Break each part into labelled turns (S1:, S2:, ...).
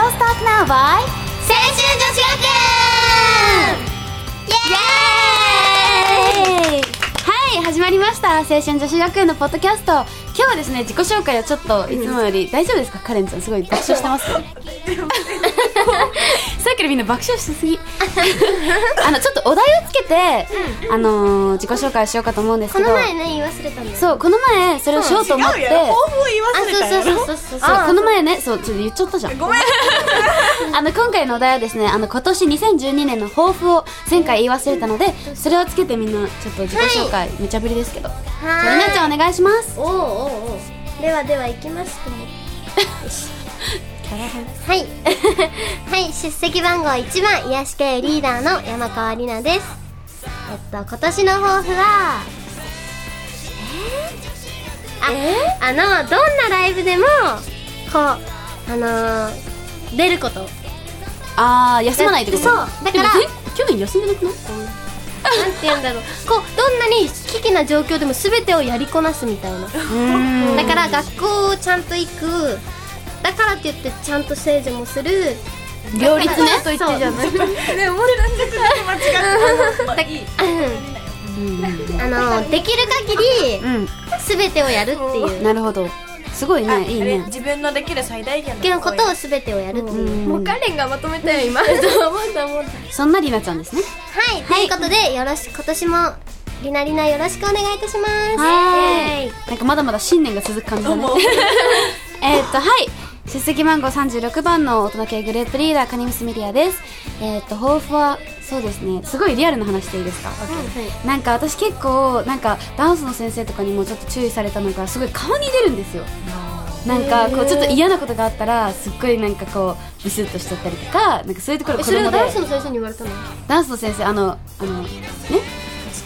S1: バイ青春女子学園イエーイはい始まりました青春女子学園のポッドキャスト今日はですね自己紹介をちょっといつもより 大丈夫ですかカレンちゃんすごい爆笑してます よさっきのみんな爆笑しすぎ あのちょっとお題をつけて、あのー自己紹介をしようかと思うんです
S2: こ
S1: けど
S2: の前ね言い忘れたんだよ
S1: そうこの前それをしようと思って、
S3: 違うよ抱負を言わせれたんやろ
S2: うそう
S1: そうこの前ねそうちょっと言っちゃったじゃん
S3: ごめん
S1: あの今回のお題はですねあの今年2012年の抱負を前回言い忘れたのでそれをつけてみんなちょっと自己紹介無茶ぶりですけどじゃあ
S2: は
S1: なち
S2: い
S1: ゃんお願いします
S2: おうおうおうではでは行きますかね はい はい出席番号1番癒し系リーダーの山川里奈ですえっと今年の抱負はえー、あ、あのどんなライブでもこうあのー、出ることなん
S1: あー休まないってこと
S2: そうだ
S1: で
S2: から
S1: も去去年休んでなくない
S2: て言うんだろうこうどんなに危機な状況でも全てをやりこなすみたいなだから学校をちゃんと行くだからって言ってちゃんと整理もする
S1: 両立ね
S2: と言ってじゃない
S3: ねもう何で間違ったのまあいい
S2: あのできる限り
S1: うん、
S2: 全てをやるっていう
S1: うん、なるほどすごいねいい
S3: あれ
S1: ね
S3: 自分のできる最大限
S2: けの
S3: の
S2: ことを全てをやるっていう、
S1: もうカレンがまとめたよ今そんなりなちゃんですね
S2: はい、ということでよろし今年もりなりなよろしくお願いいたします
S1: はいなんかまだまだ新年が続く感じだね
S3: もう
S1: えーっとはい出席番号36番の大人系グループリーダーカニムスミリアですえーっと抱負はそうですねすごいリアルな話でいいですかなんか私結構なんかダンスの先生とかにもちょっと注意されたのがすごい顔に出るんですよなんかこうちょっと嫌なことがあったらすっごいなんかこうビスッとしちゃったりとかなんかそういうところ
S2: え
S1: 子供で
S2: の先生に言われたのちっ
S1: ダンスの先生あのあのね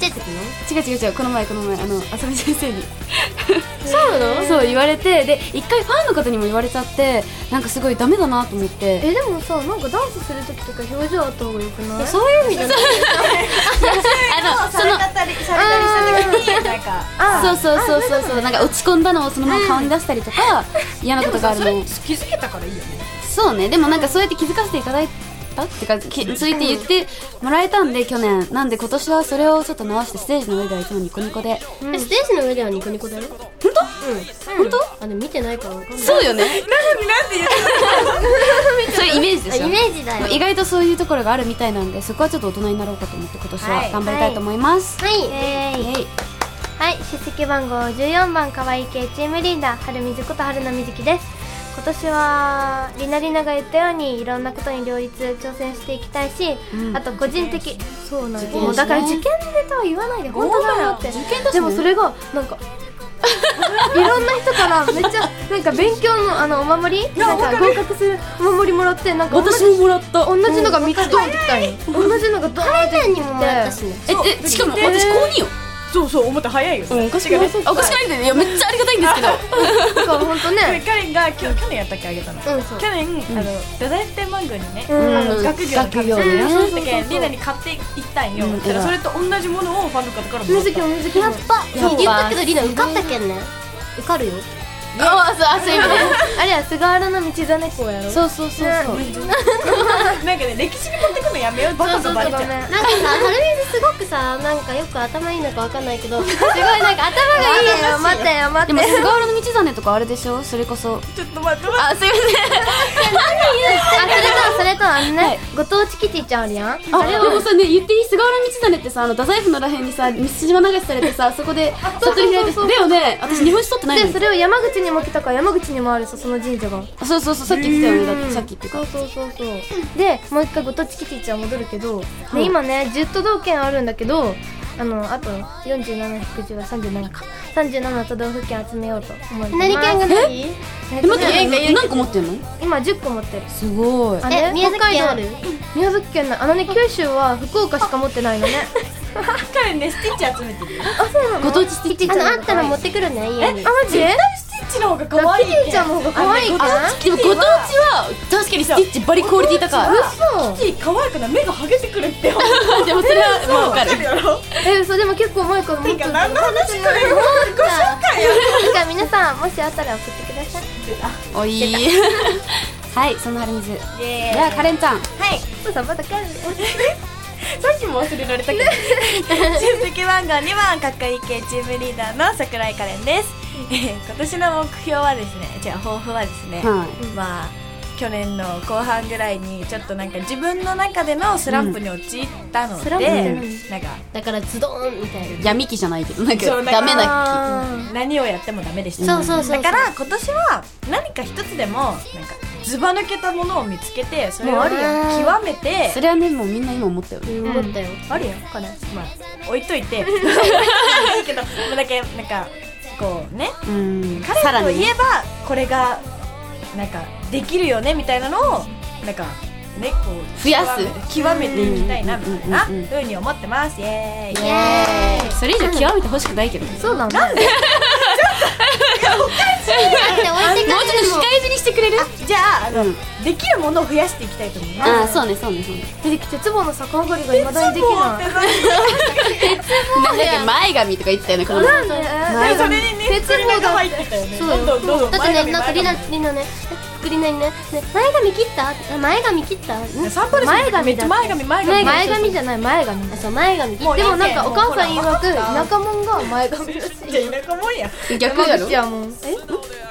S2: ちゃい時の
S1: 違う違う違うこの前この前あの浅見先生に
S2: そうなの
S1: そう言われてで一回ファンの方にも言われちゃってなんかすごいダメだなと思って
S2: えでもさなんかダンスする時とか表情あった方がよくない
S1: そういう意味じゃない あの
S3: さ
S1: そ
S3: れ
S1: の
S3: たたりされたりした時になんか
S1: そうそうそうそうそうなんか落ち込んだのをそのまま顔に出したりとか嫌なことがある
S3: それ
S1: の
S3: 気づけたからいいよね
S1: そうねでもなんかそうやって気づかせていただいたってかきそうやって言ってもらえたんで去年なんで今年はそれをちょっと直してステージの上ではいつもニコニコで
S2: えステージの上ではニコニコだよ本当うん本当あでも見てないからわかんない
S1: そう よね
S3: なのになんて言う
S1: そういうイメージでしょ
S2: イメージだよ
S1: 意外とそういうところがあるみたいなんでそこはちょっと大人になろうかと思って今年は頑張りたいと思います、
S2: はい、
S1: イエイ
S2: はい、出席番号14番可愛い系チームリーダー春水こと春菜みずきです今年はりなりなが言ったようにいろんなことに両立挑戦していきたいし、あと個人的そうなんです
S1: 験
S2: もうだから
S1: です
S2: 受
S1: ね
S2: 験でとは言わないで本当だよって
S1: 受験だしね
S2: でもそれがなん かいろんな人からめっちゃなんか勉強のあのお守りなんか合格するお守りもらってなんか同じ
S1: ももらった
S2: 同じのが3つドーンってきたんよ同じのがドーンってきてにもも
S1: らったしえ、え、しかも私高2よ
S3: そうそう思った早いよ
S1: うん、おかしくないおかしくないんだよねいや、めっちゃありがたいんですけど
S2: だから本当
S3: これ
S2: ね
S3: カレンが今日去年やったっけあげたの
S2: うんそう
S3: 去年あの太宰府天満宮にね
S2: ん
S3: あの学業の
S1: 学業ね
S3: ねそうしたけんリーダーに買っていったんよ
S1: うん
S3: そしたらそれと同じものをファンの方からもらった
S2: 水 木やっぱ
S1: やっぱ
S2: 言ったけどりな受かったけんね受かるよ
S1: あ、そう、あ、そういう意味
S2: あれは菅原の道真公やろ
S1: でそうそうそうそう
S3: なんかね歴史に持ってくのやめようバカとバレちゃう
S2: なんか さ、春水すごくさ、なんかよく頭いいのかわかんないけど、すごいなんか頭がいいよ、 待ってよ、待
S1: でも、菅原の道真とかあれでしょそれこそ
S3: ちょっと待って待
S1: あ、すいま
S2: あ、それと、それと、あの
S1: はい
S2: ね、ご当地キティちゃんあるやん。
S1: せんあ、でもさね、言っていい菅原道真ってさ、あの、太宰府のらへんにさ、道島流しされてさ、そこで悟り開いてだよね、私日本史取ってないの
S2: れを山口にも来たから、山口にもあるさ、その神社が。
S1: あそうそうそう、さっき来たよね、だってさっきっていうか
S2: そうそうそうそう。で、もう一回ご当地キティちゃん戻るけど、
S1: い
S2: で、今ね、10都道県あるんだけど、あの、あと47-10は37か。37都道府県集めようと思います。何県が何
S1: え、待って、何個持ってんの
S2: 今10個持ってる。
S1: すごい
S2: あれ
S4: 宮崎県ある
S2: 宮崎県のあのね九州は福岡しか持ってないのね
S3: ってカレンねスティッチ集めてるよ
S1: ご当地スティッチ
S4: あのあったら持ってくるね家に
S2: あマジ
S3: スティッチの方が可愛い
S2: キティちゃんの方が可愛いか
S3: あ
S1: でもご当地は確かにスティッチバリクオリティ高い
S2: 嘘
S3: キティ可愛くない目がハゲてくるって思う
S1: でもそれはもうわかる
S3: やろ
S2: え嘘でも結構前から持
S3: て
S2: って
S3: か
S2: る
S3: 何の話こ れ もうご紹介
S4: だから皆さんもしあったら送ってください
S1: おい はいそんな春水で
S3: イエーイ
S1: はカレンちゃん
S3: はい
S2: そうさまた帰る
S3: さっきも忘れられたけど出席番号2番かっこいい系チームリーダーの桜井可憐です、え ー今年の目標はですねじゃあ抱負はですね、
S1: は
S3: まあ去年の後半ぐらいにちょっとなんか自分の中でのスランプに陥ったので、
S2: スランプって
S3: なんか
S4: だからズドーンみたい
S1: い闇期じゃないけどなんか
S3: そうなんか
S1: ダメな
S2: あ
S3: 何をやってもダメでした、
S4: そうそうそうそう
S3: だから今年は何か一つでもなんかずば抜けたものを見つきてそれを
S2: もうあるよ
S3: 極めて
S1: 期それはねもうみんな今思ったよね
S4: な思ったよ
S3: あるよこれまあ置いとい ていいけどもうだけなんかこうね
S1: うんさら
S3: 彼と
S1: に
S3: い
S1: ね
S3: えばこれがなんかできるよねみたいなのをなんかねこう
S1: 増やす
S3: 極め極めていきたいなみたいな
S1: うんうんうんうん
S3: ふうに思ってますイエーイ
S2: イエーイ
S1: それ以上極めてほしくないけどね
S2: そうだねなんでちょっと置いて
S1: もうちょっと控えめにしてくれる
S3: じゃああの、
S1: うん
S3: できるものを増やしていきたいと思います
S1: ああそうねそうねそうね
S2: 出てきてズボンの逆上がりがいまだにできない
S1: なんだっけ前髪とか言ってたよねこの
S2: なんで
S3: でそれにね
S2: 鉄棒だ
S3: それが入ってたよね
S2: そう
S3: どんどんどんどん
S4: だって
S3: 前
S4: ね
S3: 髪
S4: なんか
S3: 前
S4: リ
S3: 髪
S4: ナリナねリナにねね前髪切った前髪切った
S3: サンプルする
S2: 前髪だって
S3: 前髪前髪
S2: 前髪じゃない前髪
S4: あそう前髪切
S3: も
S4: っ
S3: う
S2: でもなんかお母さん曰
S3: もうほら
S2: く田舎もんが前髪らしい
S3: じゃあ田舎もんや
S1: 逆やろ
S2: やもんえ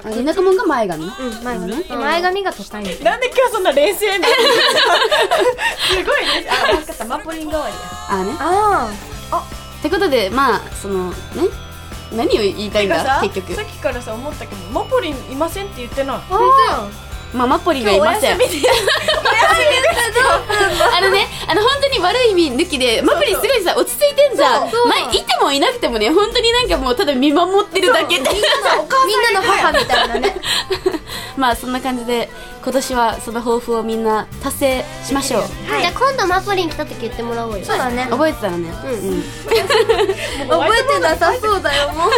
S1: あ田舎もんが前髪
S2: うん前髪で前髪が都会みたい
S3: なんで今日そんな冷静なすごいねあなんかさマポリン代わりや
S1: ああね
S2: あ
S1: ってことでまあそのね何を言いたいん
S3: てか
S1: だ
S3: さ
S1: 結局
S3: さっきからさ思ったけどマポリンいませんって言ってない
S2: ああ
S1: まあマポリ
S3: 今
S1: が
S3: 日
S1: い
S3: お
S1: ませ
S3: 休
S1: ん
S3: みで
S1: あのねあの本当に悪い意味抜きでマポリすごいさ落ち着いてんじゃんまあいてもいなくてもね本当になんかもうただ見守ってるだけで
S2: みんなの母みたいなね
S1: まあそんな感じで今年はその抱負をみんな達成しましょう
S4: じゃあ今度マポリン来た時言ってもらおうよ
S2: そうだね
S1: 覚えてたらね
S4: うん
S1: うん
S2: 覚えてなさそうだよもう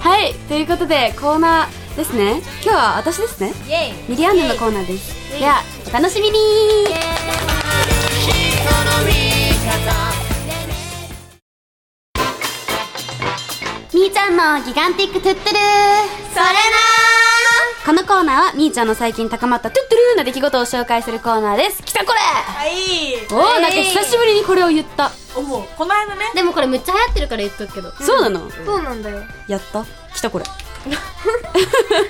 S1: はいということでコーナーですね今日は私ですね
S3: イエイ
S1: ミリアンヌのコーナーですではお楽しみにみーちゃんのギガンティックトゥットゥルーそれなこのコーナーはみーちゃんの最近高まったトゥットゥルーな出来事を紹介するコーナーですきたこれ
S3: はい
S1: おお、なんか久しぶりにこれを言った
S3: 思うこの間ね
S4: でもこれめっちゃ流行ってるから言っとくけど
S1: そうなの、
S2: そうなんだよ
S1: やったきたこれ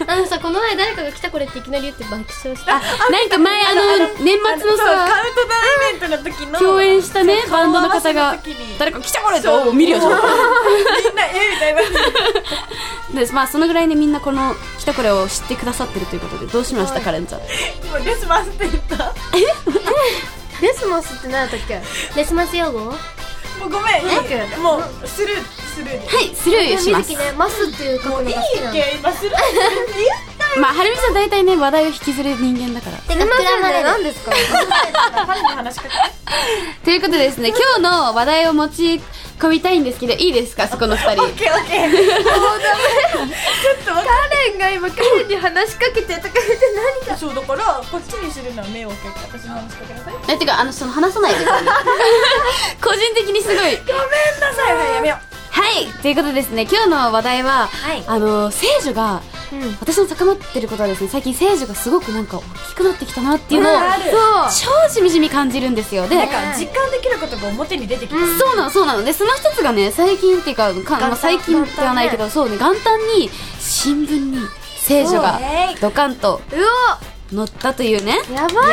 S4: あのさこの前誰かが来たこれっていきなり言って爆笑した
S1: なんか前あの年末の
S3: そうカ
S1: さ
S3: ウントダウンイベントの時の
S1: 共演したね
S3: そう
S1: バンドの方
S3: 顔合わ
S1: が
S3: せ時に
S1: 誰か来たこれっておお見るよ
S3: みんなえみたいな
S1: でまあそのぐらいねみんなこの「きたこれ」を知ってくださってるということでどうしましたカレンちゃん
S3: 今レスマスって言ったも
S2: レスモスって何だったっけ
S4: レスマス用語
S3: うごめんいいもうスルースルーで
S1: はいスルーし
S2: み
S1: ま
S2: ず
S1: す
S2: きねマスっていう書くのが好
S3: いい
S2: きなの
S3: け今スルーって言っ
S1: まあはるみさん大体ね話題を引きずる人間だから
S4: て
S2: すいませんね
S4: な
S2: 何ですか
S3: たから彼の話しかけ
S1: ということでですね今日の話題を持ち込みたいんですけどいいですかそこの2人
S3: オッケーオッケーもうダメちょっと分か
S2: カレンが今カレンに話しかけてとか言って何
S3: んないそうだからこっちにするのは目を開けて私の話しかけなさいごめん
S1: えてかあのその話さないで 個人的にすごい
S3: なさいはいやめよう
S1: はいということでですね今日の話題は、
S3: はい
S1: あの聖女が、私の高まってることはですね最近聖女がすごくなんか大きくなってきたなっていうのを、
S3: うんある
S1: 超しみじみ感じるんですよで
S3: なんか実感できることが表に出てきた、
S1: そうなのそうなのでその一つがね最近っていうかか、まあ、最近ではないけど、そうね元旦に新聞に聖女が
S3: そうね
S1: ドカンと
S2: うわ
S1: 載ったというね
S2: やば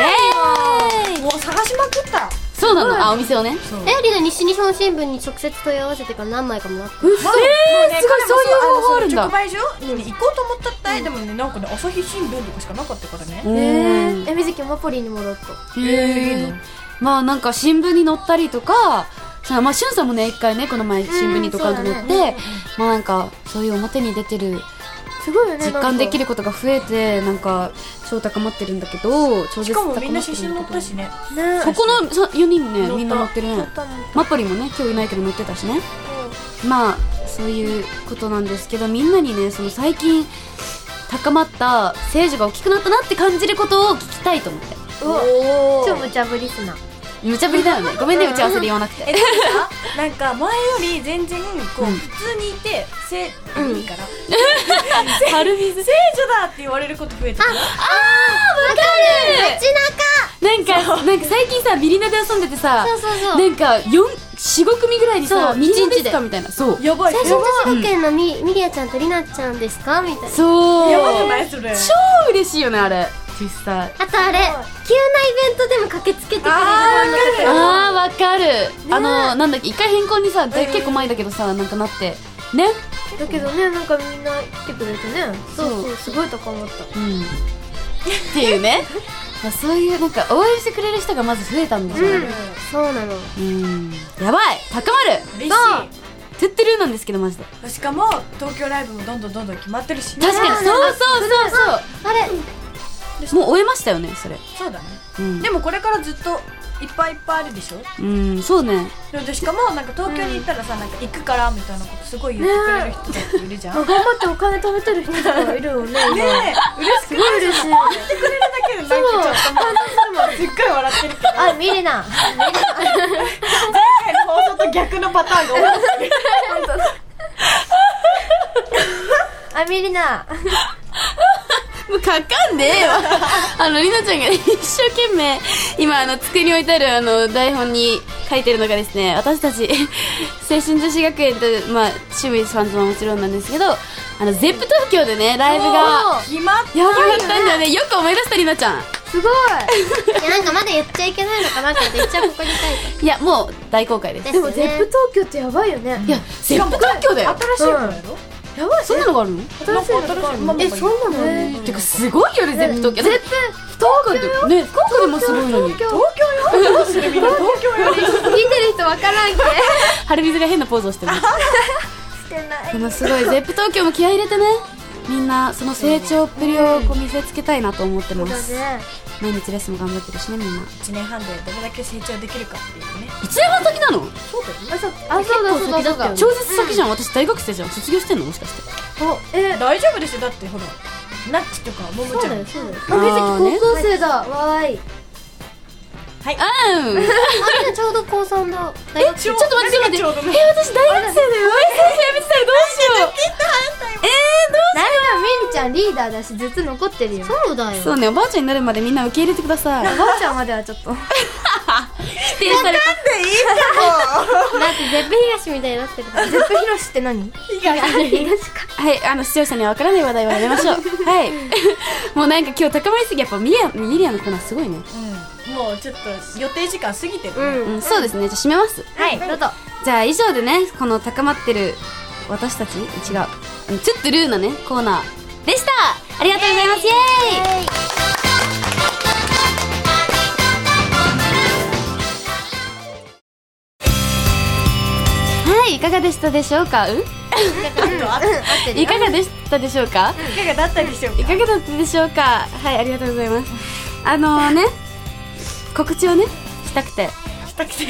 S1: イ
S2: い
S1: エーイ
S3: もう探しまくった
S1: そうなのあお店をね
S3: そう
S4: えリナ西日本新聞に直接問い合わせてから何枚かもらった
S3: え
S1: えーすごいそういう方法あるんだ
S3: 直売所に行こうと思ったったい、でもねなんかね朝日新聞とかしかなかったからね
S2: え
S1: うん
S2: ーえみずきマポリンにもらった
S1: へえまあなんか新聞に載ったりとかさあまあしゅんさんもね一回ねこの前新聞にドカンと載って、まあなんかそういう表に出てる
S2: すごいよね
S1: 実感でき
S2: る
S1: ることが増えてなんか超高まってるんだけど超
S3: し
S1: 絶
S3: か
S1: 高ま
S3: も
S1: ってる
S3: み
S1: ん
S3: んな
S1: だけ
S3: 写
S1: ど
S3: 真載ったしね
S2: ね
S1: ここのさ4人もね
S3: た
S1: みんな乗ってるねマポリもね今日いないけど乗ってたしねまあそういうことなんですけどみんなにねその最近高まった聖女が大きくなったなって感じることを聞きたいと思って
S2: うわ
S3: お
S2: 超無茶ぶりすな
S1: そう無茶ぶりだよねごめんね打ち合わせで言わなく
S3: え
S1: て
S3: でもさ なんか前より全然こう、
S1: うん
S3: 普通にいてせ、いいから
S1: 春水
S3: 聖女だって言われること増えてる
S2: 街中
S1: なんかなんか最近さミリナで遊んでてさ
S2: そうそうそう
S1: なんか45組ぐらいにさ
S4: そう
S1: ミリナ
S4: 一
S1: で
S4: 日です
S1: かみたいなそう
S3: やばい
S2: 最初
S3: やば
S2: 女子学園のみミリアちゃんとリナちゃんですかみたいな
S1: そう
S3: やばくないそれ
S1: 超嬉しいよねあれ実際
S2: あとあれ急なイベントでも駆けつけてくれる
S3: あー
S2: ファンの方
S1: あーわかる、あのなんだっけ一回変更にさ、だい結構前だけどさなんかなってね
S2: だけどねなんかみんな来てくれてね
S1: そう
S2: すごいとか思った
S1: うんっていうね まあそういうなんか応援してくれる人がまず増えたんだよ
S2: うん
S1: ね
S2: そうなの
S1: うんやばい高まる
S3: 嬉しい
S1: トゥットゥルーなんですけどマジで
S3: しかも東京ライブもどんどんどんどん決まってるし
S1: 確かにそうそうそう
S2: あれ
S1: そうもう終えましたよねそれ
S3: そうだね
S1: うん
S3: でもこれからずっといっぱいいっぱいあるでしょ
S1: うんそうね
S3: でしかもなんか東京に行ったらさ、なんか行くからみたいなことすごい言ってくれる人たちいるじゃ ん、ね
S2: 頑張ってお金貯めてる人とかいるよね
S3: え嬉しく
S2: 嬉しい
S3: ない言ってくれるだけでなんかちょっともうすっごい笑ってるけど
S2: あミリナ
S3: 前回の放送と逆のパターンが多い
S2: あミリナ
S1: もうかかんねえよあのりなちゃんが一生懸命今あの机に置いてあるあの台本に書いてるのがですね私たち 青春女子学園とまあ趣味ファンズももちろんなんですけどあの ZEP 東京でねライブが
S3: 決まっ
S1: やばかったんだよねよく思い出したりなちゃん
S2: すごい
S4: いやなんかまだ言っちゃいけないのかなと思って一応ここに書いて
S1: いやもう大公開です
S4: ですね
S2: 東京ってやばいよね
S1: いや ZEP 東京だよ
S3: 新しいからやろ、
S2: やばい
S1: そんなのがあるの
S3: なんか新しいの
S2: えそうなの
S1: てかすごいよね ZEP 東京 ZEP 福岡でね福岡でもすごいのに
S3: 東京よどうするみんな東京よ
S2: 聞いてる人わからんけ
S1: 春水が変なポーズをしてます
S2: してない
S1: でもすごい ZEP 東京も気合い入れてねみんなその成長っぷりをこう見せつけたいなと思ってます
S2: だね
S1: 毎日レッスンも頑張ってるしねみんな
S3: 1年半でどれだけ成長できるかっていうね
S1: 1年半先なの
S3: そうだよね
S2: あそうあそうだそうだそうだ
S1: 超絶先じゃん、私大学生じゃん卒業してんのもしかして
S2: おえ
S3: 大丈夫ですよだってほらナッチとかももち
S2: そう
S3: ゃん
S2: だよ
S1: あー
S2: あみずき高校生だわーい
S3: はい
S1: あ ーうんえ
S2: あ みんなちょうど高三だ大学
S1: ちょっと待ってちょっと待って
S3: ちょうどね
S1: 私大学生だよえ先生辞めてたらどうしようえ
S2: だいぶみりちゃんリーダーだしずっと残ってるよ
S4: そうだ
S1: ー、
S4: よ
S1: どうそうねおばあちゃんになるまでみんな受け入れてください
S2: ばあちゃんまではちょ っと
S1: 否定された
S4: だってゼップ東みたいになってるから
S2: ゼップヒロシって何東か
S1: はい、あの視聴者には分からない話題をやめま しょうはいもうなんか今日高まりすぎやっぱミリアミリアのコーナーすごいね、
S3: うんもうちょっと予定時間過ぎてる、
S2: う
S1: うんん、そうですねじゃあ締めます
S2: はいどうぞ
S1: じゃあ以上でねこの高まってる私たち違ううんちょっとルーなねコーナーでしたありがとうございますイエーイはいいかがでしたでしょうかうん
S3: あとあ
S1: いかがでしたでしょうか
S3: といかがだったでしょうか
S1: いかがだったでしょうかはいありがとうございますあのね 告知をねしたくて
S3: したくて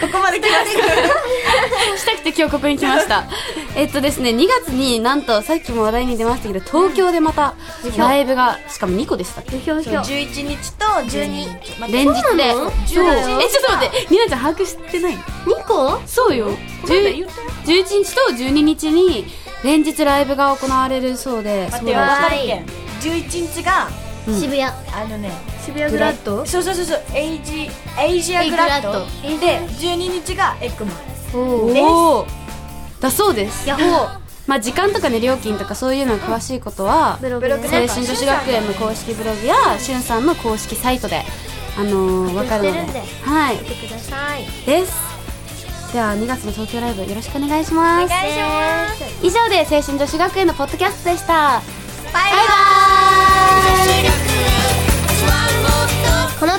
S3: ここまで来ました
S1: したくて今日ここに来ました えっとですね2月になんとさっきも話題に出ましたけど東京でまたライブがしかも2個でしたっけ
S2: ひょひょ
S3: 十一日と十二日また
S1: 連日で
S2: そうなの
S1: そう
S2: そうだよ
S1: えちょっと待ってニナちゃん把握してない
S2: 2個
S1: そうよ10 11日と12日に連日ライブが行われるそうで
S3: 待
S1: そ
S3: って
S1: う
S3: よ
S1: だ
S2: わ
S3: わかるけん十一日が
S1: うん
S4: 渋谷
S3: あのね
S2: 渋谷グラッド
S3: そうそうそうそうエイジエイジアグラッド
S2: エイジ
S3: で十二日がエッグマン
S2: お
S1: おーだそうです
S2: ヤホー
S1: まあ時間とかね料金とかそういうの詳しいことは
S2: ブログ
S3: ブロ
S2: ね
S3: グ
S1: 青春女子学園の公式ブログやしゅんさんの公式サイトであのー、分かるの
S2: やって
S1: で
S2: るん
S1: はい
S2: 見てください
S1: ですでは2月の東京ライブよろしくお願いします
S2: 願いします
S1: 以上で青春女子学園のポッドキャストでした
S2: バイバイこの